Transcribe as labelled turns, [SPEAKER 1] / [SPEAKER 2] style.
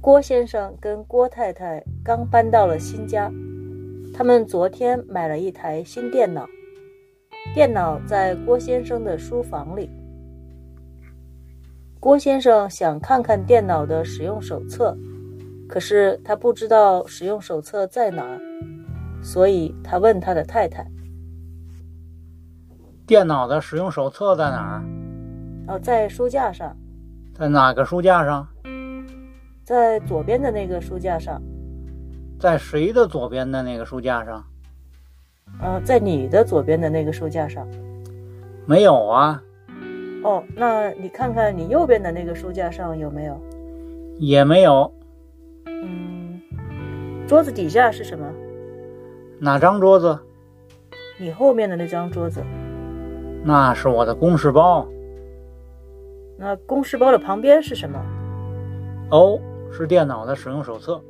[SPEAKER 1] 郭先生跟郭太太刚搬到了新家，他们昨天买了一台新电脑，电脑在郭先生的书房里。郭先生想看看电脑的使用手册，可是他不知道使用手册在哪儿，所以他问他的太太
[SPEAKER 2] 电脑的使用手册在哪儿？：“
[SPEAKER 1] 哦，在书架上，
[SPEAKER 2] 在哪个书架上？
[SPEAKER 1] 在左边的那个书架上，
[SPEAKER 2] 在谁的左边的那个书架上？
[SPEAKER 1] 呃，在你的左边的那个书架上。
[SPEAKER 2] 没有啊，
[SPEAKER 1] 哦，那你看看你右边的那个书架上有没有？
[SPEAKER 2] 也没有。
[SPEAKER 1] 嗯，桌子底下是什么？
[SPEAKER 2] 哪张桌子？
[SPEAKER 1] 你后面的那张桌子。
[SPEAKER 2] 那是我的公事包。
[SPEAKER 1] 那公事包的旁边是什么？
[SPEAKER 2] 哦，是电脑的使用手册。